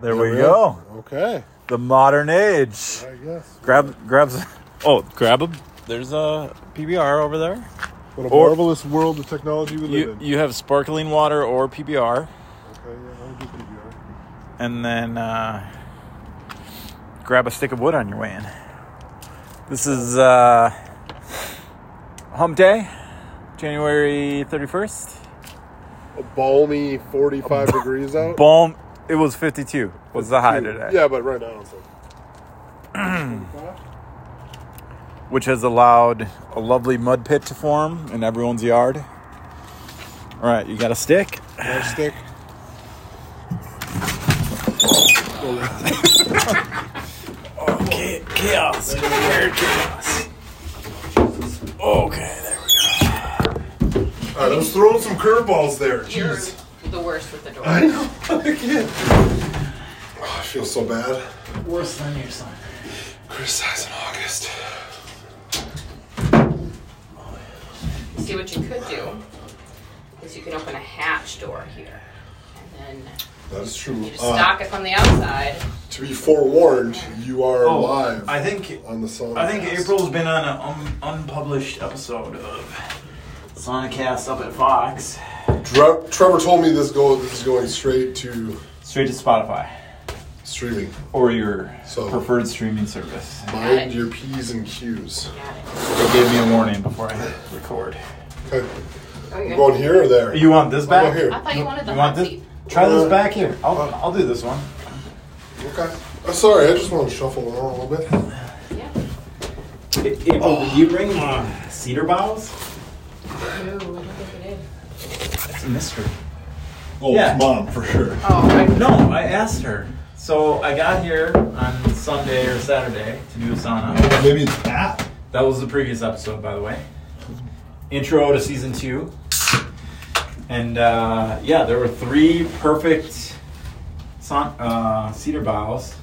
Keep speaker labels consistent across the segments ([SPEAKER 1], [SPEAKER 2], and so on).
[SPEAKER 1] There we go.
[SPEAKER 2] Okay.
[SPEAKER 1] The modern age.
[SPEAKER 2] I guess.
[SPEAKER 1] Grab, grab. s- Oh, grab a. There's uh, a PBR over there.
[SPEAKER 2] What a
[SPEAKER 1] Or-
[SPEAKER 2] marvelous world of technology we
[SPEAKER 1] You
[SPEAKER 2] live in.
[SPEAKER 1] you have sparkling water or PBR,
[SPEAKER 2] okay, yeah, I'll do PBR.
[SPEAKER 1] and then uh, grab a stick of wood on your way in. This is uh, Hump Day, January thirty first.
[SPEAKER 2] A balmy 45 degrees out.
[SPEAKER 1] Boom! It was fifty two. Was the high
[SPEAKER 2] Dude,
[SPEAKER 1] today?
[SPEAKER 2] Yeah, but right now it's like.
[SPEAKER 1] which has allowed a lovely mud pit to form in everyone's yard. All right, you got a stick?
[SPEAKER 2] Nice stick.
[SPEAKER 1] Chaos. Weird chaos. Okay, there we go.
[SPEAKER 2] I was throwing some curveballs there.
[SPEAKER 3] You're
[SPEAKER 2] Jeez.
[SPEAKER 3] the worst with the door.
[SPEAKER 2] I know. I can't. Oh, I feel so bad.
[SPEAKER 3] Worse than your son.
[SPEAKER 2] Criticize in August.
[SPEAKER 3] See what you could do is you can open a hatch door here, and then
[SPEAKER 2] That is true.
[SPEAKER 3] you just
[SPEAKER 2] Uh,
[SPEAKER 3] stock it from the outside.
[SPEAKER 2] to be forewarned, you are live
[SPEAKER 1] I think
[SPEAKER 2] on the song.
[SPEAKER 1] I think April's been on an un- unpublished episode of Sonicast up at Fox,
[SPEAKER 2] Dre- Trevor told me this go this is going straight to
[SPEAKER 1] straight to Spotify
[SPEAKER 2] streaming.
[SPEAKER 1] or your
[SPEAKER 2] So-
[SPEAKER 1] preferred streaming service.
[SPEAKER 2] Mind your p's and q's.
[SPEAKER 3] Got it.
[SPEAKER 1] It gave me a warning before I hit record.
[SPEAKER 2] Okay.
[SPEAKER 3] Oh,
[SPEAKER 2] You
[SPEAKER 3] you're
[SPEAKER 2] going here or there?
[SPEAKER 1] You want this back?
[SPEAKER 2] Go Oh, here. Uh,
[SPEAKER 3] I thought you wanted the
[SPEAKER 1] You
[SPEAKER 3] hot
[SPEAKER 1] want this?
[SPEAKER 3] seat.
[SPEAKER 1] Try this back here. I'll, I'll do this one.
[SPEAKER 2] Okay. I'm sorry. I just want to shuffle around a little bit.
[SPEAKER 3] Yeah.
[SPEAKER 1] April, did you bring uh, cedar boughs?
[SPEAKER 3] No, I don't think it is.
[SPEAKER 1] It's a mystery.
[SPEAKER 2] Oh,
[SPEAKER 1] Yeah.
[SPEAKER 2] mom for sure.
[SPEAKER 3] Oh, I,
[SPEAKER 1] No, I asked her. So I got here on Sunday or Saturday to do a sauna.
[SPEAKER 2] Maybe it's that.
[SPEAKER 1] That was the previous episode, by the way. Intro to season two. And uh, yeah, there were three perfect son- uh, cedar boughs.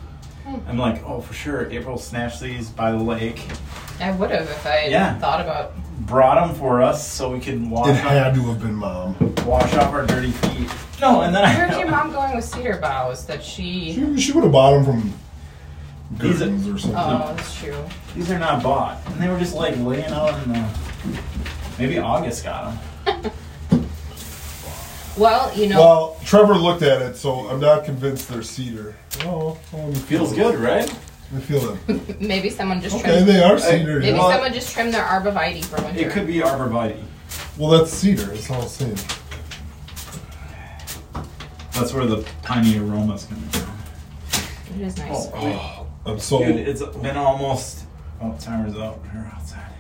[SPEAKER 1] I'm like, oh, for sure, April snatched these by the lake,
[SPEAKER 3] I would have if I had
[SPEAKER 1] Yeah.
[SPEAKER 3] thought about.
[SPEAKER 1] brought them for us so we could wash
[SPEAKER 2] It
[SPEAKER 1] them.
[SPEAKER 2] had to have been mom.
[SPEAKER 1] wash off our dirty feet. No, and then
[SPEAKER 3] Where's your
[SPEAKER 1] I
[SPEAKER 3] mom going with cedar boughs? That she.
[SPEAKER 2] She, she would have bought them from
[SPEAKER 1] These are-
[SPEAKER 2] Gurdon's or something.
[SPEAKER 3] Oh, that's true.
[SPEAKER 1] these are not bought, and they were just like laying out in the. Maybe August got them.
[SPEAKER 3] Well, you know.
[SPEAKER 2] Well, Trevor looked at it, so I'm not convinced they're cedar. Oh, oh, you feel
[SPEAKER 1] Feels good, right?
[SPEAKER 2] I feel them.
[SPEAKER 3] Maybe someone just
[SPEAKER 2] Okay,
[SPEAKER 3] trimmed.
[SPEAKER 2] they are cedar.
[SPEAKER 3] Maybe
[SPEAKER 2] yeah.
[SPEAKER 1] Well-
[SPEAKER 3] someone just trimmed their arborvitae for winter.
[SPEAKER 1] It could be arborvitae.
[SPEAKER 2] Well, that's cedar. It's all the same.
[SPEAKER 1] That's where the piney aroma's coming from.
[SPEAKER 3] It is nice.
[SPEAKER 2] I'm so.
[SPEAKER 1] Oh, Dude, it's been almost. Oh, timer's up. We're outside.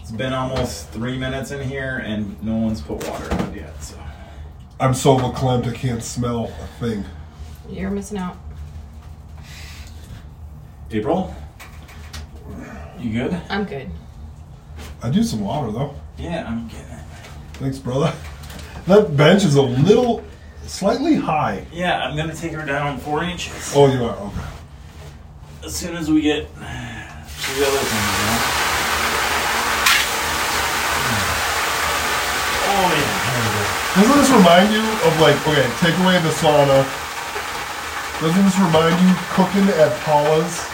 [SPEAKER 1] It's been almost three minutes in here, and no one's put water out yet. So
[SPEAKER 2] I'm so verklempt I can't smell a thing.
[SPEAKER 3] You're missing out.
[SPEAKER 1] April, you good?
[SPEAKER 3] I'm good.
[SPEAKER 2] I do some water though.
[SPEAKER 1] Yeah, I'm getting it.
[SPEAKER 2] Thanks, brother. That bench is a little, slightly high.
[SPEAKER 1] Yeah, I'm gonna take her down four inches.
[SPEAKER 2] Oh, you are okay.
[SPEAKER 1] as soon as we get to the other thing, you know? Oh yeah.
[SPEAKER 2] Doesn't this remind you of like okay, take away the sauna? Doesn't this remind you cooking at Paula's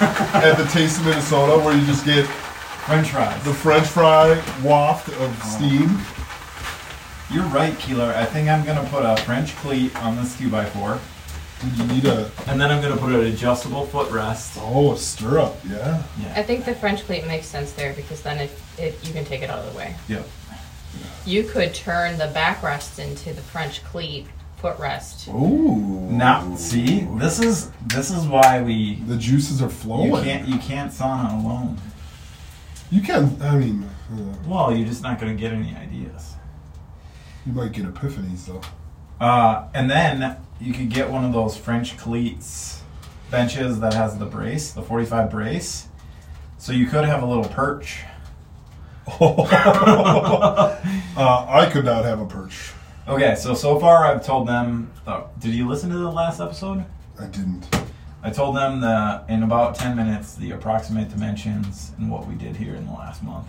[SPEAKER 2] at the Taste of Minnesota, where you just get
[SPEAKER 1] French fries.
[SPEAKER 2] the French fry waft of
[SPEAKER 1] Oh.
[SPEAKER 2] steam?
[SPEAKER 1] You're right, Keeler. I think I'm gonna put a French cleat on this 2x4.
[SPEAKER 2] You need a
[SPEAKER 1] And then I'm gonna put an adjustable footrest.
[SPEAKER 2] oh a stirrup, yeah.
[SPEAKER 3] I think the French cleat makes sense there because then it, it you can take it out of the way.
[SPEAKER 1] Yep.
[SPEAKER 3] You could turn the backrest into the French cleat footrest.
[SPEAKER 2] Ooh.
[SPEAKER 1] Now see, this is this is why we
[SPEAKER 2] The juices are flowing.
[SPEAKER 1] you can't you can't sauna alone.
[SPEAKER 2] You can. I mean, uh,
[SPEAKER 1] Well, you're just not gonna get any ideas.
[SPEAKER 2] you might get epiphanies though.
[SPEAKER 1] Uh, and then you could get one of those French cleats benches that has the brace, the 45 brace. So you could have a little perch.
[SPEAKER 2] Uh, I could not have a perch.
[SPEAKER 1] Okay, so so far I've told them. Oh, did you listen to the last episode?
[SPEAKER 2] I didn't.
[SPEAKER 1] I told them the in about 10 minutes the approximate dimensions and what we did here in the last month,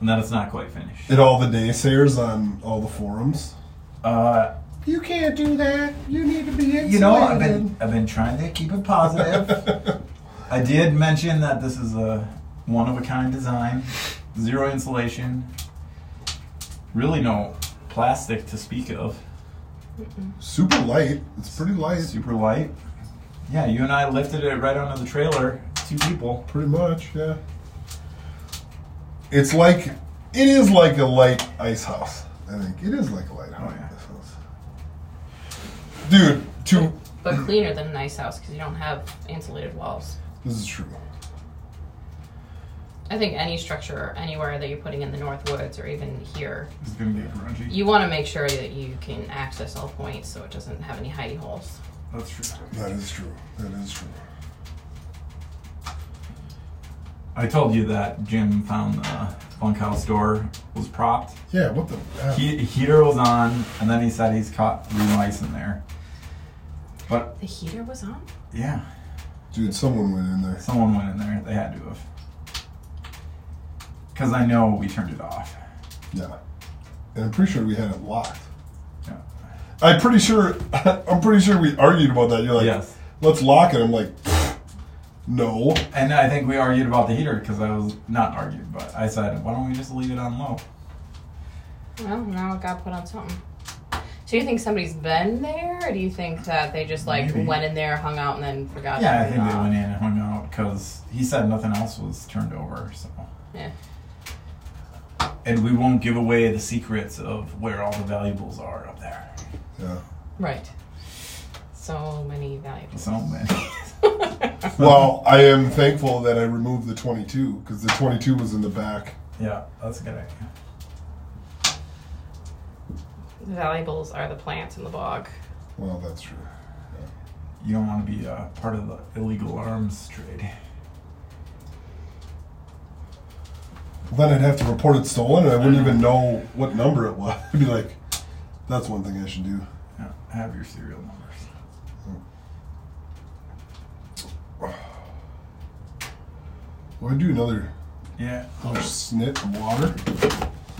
[SPEAKER 1] and that it's not quite finished.
[SPEAKER 2] And all the naysayers on all the forums.
[SPEAKER 1] Uh,
[SPEAKER 2] You can't do that. You need to be insulated.
[SPEAKER 1] You know, I've been I've been trying to keep it positive. I did mention that this is a one of a kind design, zero insulation, really no plastic to speak of,
[SPEAKER 2] Super light. It's pretty light.
[SPEAKER 1] super light. Yeah, you and I lifted it right onto the trailer, two people.
[SPEAKER 2] Pretty much, yeah. It's like it is like a light ice house. I think it is like a light house.
[SPEAKER 1] yeah.
[SPEAKER 2] ice house. Dude, two.
[SPEAKER 3] But cleaner than a nice house because you don't have insulated walls.
[SPEAKER 2] This is true.
[SPEAKER 3] I think any structure anywhere that you're putting in the North Woods or even here,
[SPEAKER 1] It's gonna get grungy.
[SPEAKER 3] you want to make sure that you can access all points so it doesn't have any hidey holes.
[SPEAKER 1] That's true.
[SPEAKER 2] That is true. That is true.
[SPEAKER 1] I told you that Jim found the bunkhouse door was propped.
[SPEAKER 2] Yeah. What the? hell?
[SPEAKER 1] He, heater was on, and then he said he's caught three mice in there. But
[SPEAKER 3] The heater was on?
[SPEAKER 1] yeah,
[SPEAKER 2] Dude, someone went in there.
[SPEAKER 1] someone went in there. They had to have. Because I know we turned it off.
[SPEAKER 2] Yeah. And I'm pretty sure we had it locked.
[SPEAKER 1] Yeah.
[SPEAKER 2] I'm pretty sure. I'm pretty sure we argued about that. You're like,
[SPEAKER 1] Yes.
[SPEAKER 2] let's lock it. I'm like, no.
[SPEAKER 1] And I think we argued about the heater because I was not argued, but I said, why don't we just leave it on low?
[SPEAKER 3] Well, now it got put on something. So you think somebody's been there, or do you think that they just like
[SPEAKER 1] Maybe.
[SPEAKER 3] went in there, hung out, and then forgot? to
[SPEAKER 1] Yeah, I
[SPEAKER 3] turn it
[SPEAKER 1] think they
[SPEAKER 3] off?
[SPEAKER 1] went in and hung out because he said nothing else was turned over. So,
[SPEAKER 3] Yeah.
[SPEAKER 1] and we won't give away the secrets of where all the valuables are up there.
[SPEAKER 2] Yeah.
[SPEAKER 3] Right. So many valuables.
[SPEAKER 1] So many.
[SPEAKER 2] Well, I am thankful that I removed the 22 because the 22 was in the back.
[SPEAKER 1] yeah, that's a good idea.
[SPEAKER 3] The valuables are the plants in the bog.
[SPEAKER 2] Well, that's true.
[SPEAKER 1] You don't want to be uh, part of the illegal arms trade.
[SPEAKER 2] Then I'd have to report it stolen, and I wouldn't even know what number it was. I'd be like, "That's one thing I should do."
[SPEAKER 1] Yeah, have your serial numbers.
[SPEAKER 2] Well, I do another,
[SPEAKER 1] Yeah.
[SPEAKER 2] another snip of water.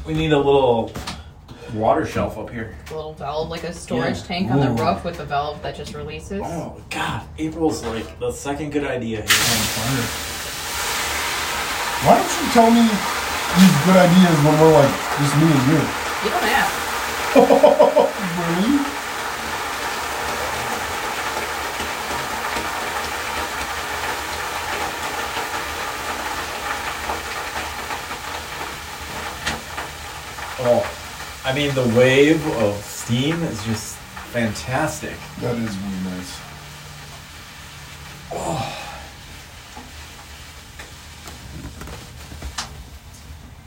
[SPEAKER 1] We need a little water shelf up here.
[SPEAKER 3] A little valve, like a storage
[SPEAKER 1] Yeah.
[SPEAKER 3] tank on the
[SPEAKER 1] Ooh.
[SPEAKER 3] roof with a valve that just releases.
[SPEAKER 1] Oh God, April's like the second good idea here.
[SPEAKER 2] Why don't you tell me these good ideas when we're like just me and you?
[SPEAKER 3] You don't have.
[SPEAKER 2] really?
[SPEAKER 1] Oh, I mean the wave of steam is just fantastic.
[SPEAKER 2] That is really nice.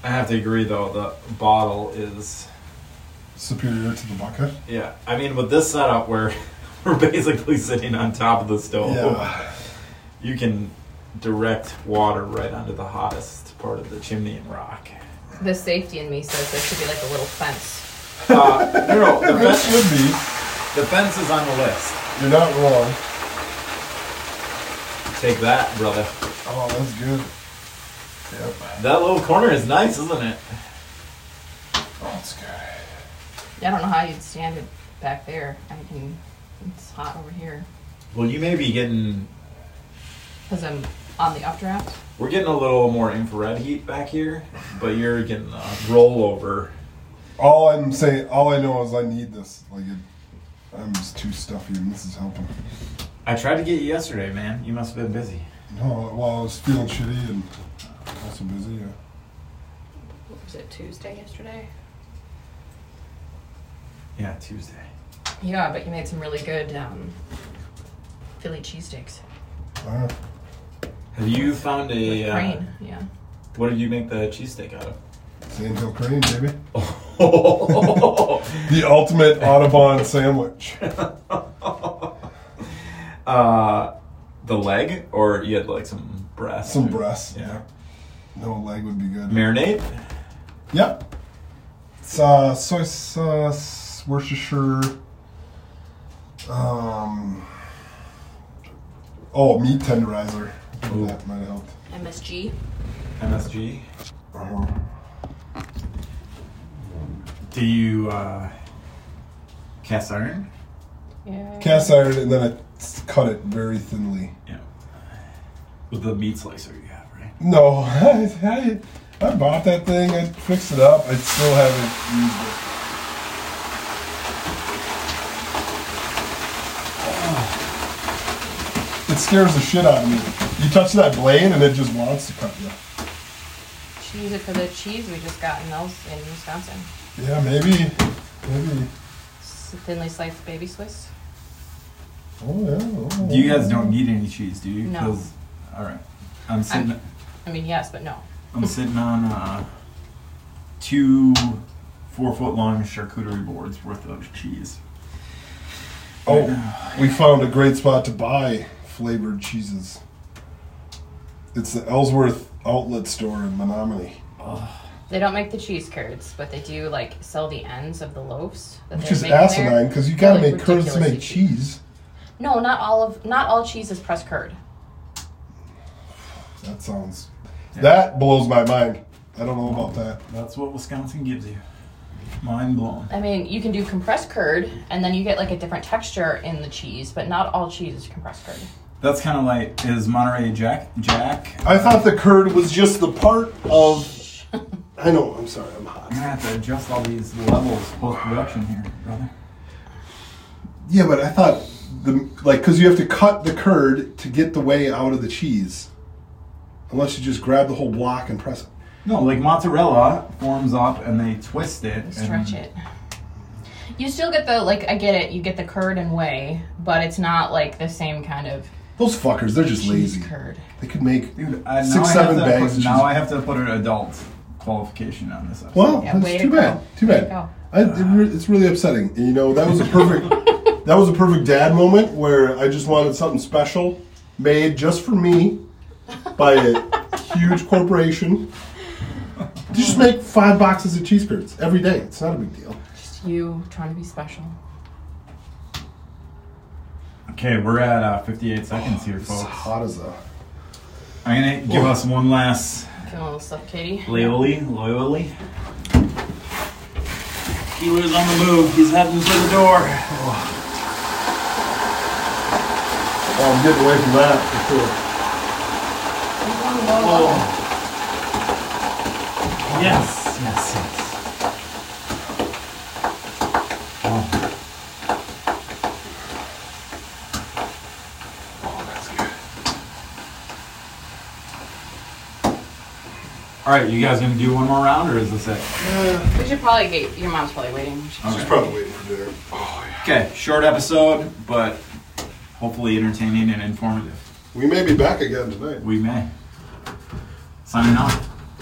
[SPEAKER 1] I have to agree though, the bottle is
[SPEAKER 2] Superior to the bucket.
[SPEAKER 1] yeah. I mean with this setup where we're basically sitting on top of the stove,
[SPEAKER 2] Yeah.
[SPEAKER 1] you can direct water right onto the hottest part of the chimney and rock.
[SPEAKER 3] The safety in me says there should be like a little fence.
[SPEAKER 1] Uh, no, no, the
[SPEAKER 2] That
[SPEAKER 1] fence,
[SPEAKER 2] should be.
[SPEAKER 1] the fence is on the list.
[SPEAKER 2] You're not wrong.
[SPEAKER 1] Take that, brother.
[SPEAKER 2] Oh, that's good. Yep.
[SPEAKER 1] That little corner is nice, isn't it?
[SPEAKER 2] Oh, that's good.
[SPEAKER 3] I don't know how you'd stand it back there. I can. It's hot over here
[SPEAKER 1] Well, you may be getting.
[SPEAKER 3] because I'm on the updraft.
[SPEAKER 1] We're getting a little more infrared heat back here, but you're getting a rollover.
[SPEAKER 2] All I'm saying, all I know is I need this. Like, it, I'm just too stuffy, and this is helping.
[SPEAKER 1] I tried to get you yesterday, man. You must have been busy.
[SPEAKER 2] No, well, I was feeling shitty and also busy. Yeah.
[SPEAKER 3] Was it Tuesday yesterday?
[SPEAKER 1] Yeah, Tuesday.
[SPEAKER 3] Yeah, but you made some really good um, Philly cheesesteaks.
[SPEAKER 2] Uh,
[SPEAKER 1] Have you found a.
[SPEAKER 3] With
[SPEAKER 1] Uh,
[SPEAKER 3] crane, yeah.
[SPEAKER 1] what did you make the cheesesteak out of?
[SPEAKER 2] Sand Hill Crane, baby.
[SPEAKER 1] Oh.
[SPEAKER 2] The ultimate Audubon sandwich.
[SPEAKER 1] uh, the leg? Or you had like some breast?
[SPEAKER 2] Some breasts.
[SPEAKER 1] Yeah.
[SPEAKER 2] No leg would be good.
[SPEAKER 1] Marinade?
[SPEAKER 2] Yep. It's uh, soy sauce, Worcestershire. Um. Oh, meat tenderizer.
[SPEAKER 1] Ooh.
[SPEAKER 2] That might have helped.
[SPEAKER 3] MSG.
[SPEAKER 1] MSG?
[SPEAKER 2] Uh-huh.
[SPEAKER 1] Do you uh, Cast iron?
[SPEAKER 3] Yeah.
[SPEAKER 2] Cast iron, and then I s- cut it very thinly.
[SPEAKER 1] Yeah. With the meat slicer you have, right?
[SPEAKER 2] No, I, I, I bought that thing. I fixed it up. I still haven't used it. It scares the shit out of me. You touch that blade, and it just wants to cut you.
[SPEAKER 3] She used it for the cheese we just got in Els in Wisconsin.
[SPEAKER 2] Yeah, maybe, maybe.
[SPEAKER 3] S- Thinly sliced baby Swiss.
[SPEAKER 2] Oh yeah. oh.
[SPEAKER 1] You guys don't need any cheese, do you?
[SPEAKER 3] No.
[SPEAKER 1] 'Cause- All right. I'm sitting. I'm,
[SPEAKER 3] I mean, yes, but no.
[SPEAKER 1] sitting on uh, two four foot long charcuterie boards worth of cheese.
[SPEAKER 2] Oh, we found a great spot to buy flavored cheeses. It's the Ellsworth Outlet Store in Menominee.
[SPEAKER 3] They don't make the cheese curds, but they do like sell the ends of the loaves. That
[SPEAKER 2] Which
[SPEAKER 3] they
[SPEAKER 2] is
[SPEAKER 3] make in there.
[SPEAKER 2] asinine because you gotta
[SPEAKER 3] Really
[SPEAKER 2] make curds to
[SPEAKER 3] ridiculously
[SPEAKER 2] make
[SPEAKER 3] cheap.
[SPEAKER 2] cheese.
[SPEAKER 3] No, not all of not all cheese is pressed curd.
[SPEAKER 2] That sounds.
[SPEAKER 1] Yeah.
[SPEAKER 2] That blows my mind. I don't know about that.
[SPEAKER 1] That's what Wisconsin gives you. Mind blown.
[SPEAKER 3] I mean, you can do compressed curd, and then you get like a different texture in the cheese, but not all cheese is compressed curd.
[SPEAKER 1] That's kind of like is Monterey Jack Jack.
[SPEAKER 2] I thought the curd was just the part of. I know. I'm sorry. I'm hot.
[SPEAKER 1] I'm gonna have to adjust all these levels post production here, brother.
[SPEAKER 2] Yeah, but I thought the like because you have to cut the curd to get the whey out of the cheese, unless you just grab the whole block and press it.
[SPEAKER 1] No, like mozzarella forms up and they twist it.
[SPEAKER 3] Stretch
[SPEAKER 1] and
[SPEAKER 3] it. You still get the like I get it, you get the curd and whey, but it's not like the same kind of
[SPEAKER 2] Those fuckers, they're just
[SPEAKER 3] cheese
[SPEAKER 2] lazy.
[SPEAKER 3] curd.
[SPEAKER 2] They could make.
[SPEAKER 1] Dude, I, now,
[SPEAKER 2] Six,
[SPEAKER 1] I
[SPEAKER 2] seven
[SPEAKER 1] have to
[SPEAKER 2] bags
[SPEAKER 1] put,
[SPEAKER 2] of
[SPEAKER 1] now
[SPEAKER 2] cheese.
[SPEAKER 1] I have to put an adult qualification on this. Episode.
[SPEAKER 2] Well,
[SPEAKER 3] Yeah, way
[SPEAKER 2] that's
[SPEAKER 3] to
[SPEAKER 2] too
[SPEAKER 3] go.
[SPEAKER 2] bad. Too
[SPEAKER 3] Way to
[SPEAKER 2] bad.
[SPEAKER 3] go.
[SPEAKER 2] I, it re- it's really upsetting. And, you know, that was a perfect. that was a perfect dad moment where I just wanted something special made just for me by a huge corporation. Just make five boxes of cheese curds every day. It's not a big deal.
[SPEAKER 3] Just you trying to be special.
[SPEAKER 1] Okay, we're at uh, 58 seconds here,
[SPEAKER 2] It's
[SPEAKER 1] folks.
[SPEAKER 2] hot as a.
[SPEAKER 1] I'm gonna give us one last
[SPEAKER 3] Feeling a little stuff, Katie.
[SPEAKER 1] loyally, loyally. Keeler's on the move. He's heading for the door.
[SPEAKER 2] Oh, I'm getting away from that for sure.
[SPEAKER 1] Oh. Yes, yes, yes. Oh.
[SPEAKER 2] Oh,
[SPEAKER 1] All right, you guys gonna do one more round, or is this it?
[SPEAKER 3] We should probably get your mom's probably waiting. We should-
[SPEAKER 1] Okay.
[SPEAKER 2] She's probably waiting for dinner. Oh, yeah.
[SPEAKER 1] Okay, short episode, but hopefully entertaining and informative.
[SPEAKER 2] We may be back again tonight.
[SPEAKER 1] We may. Signing off.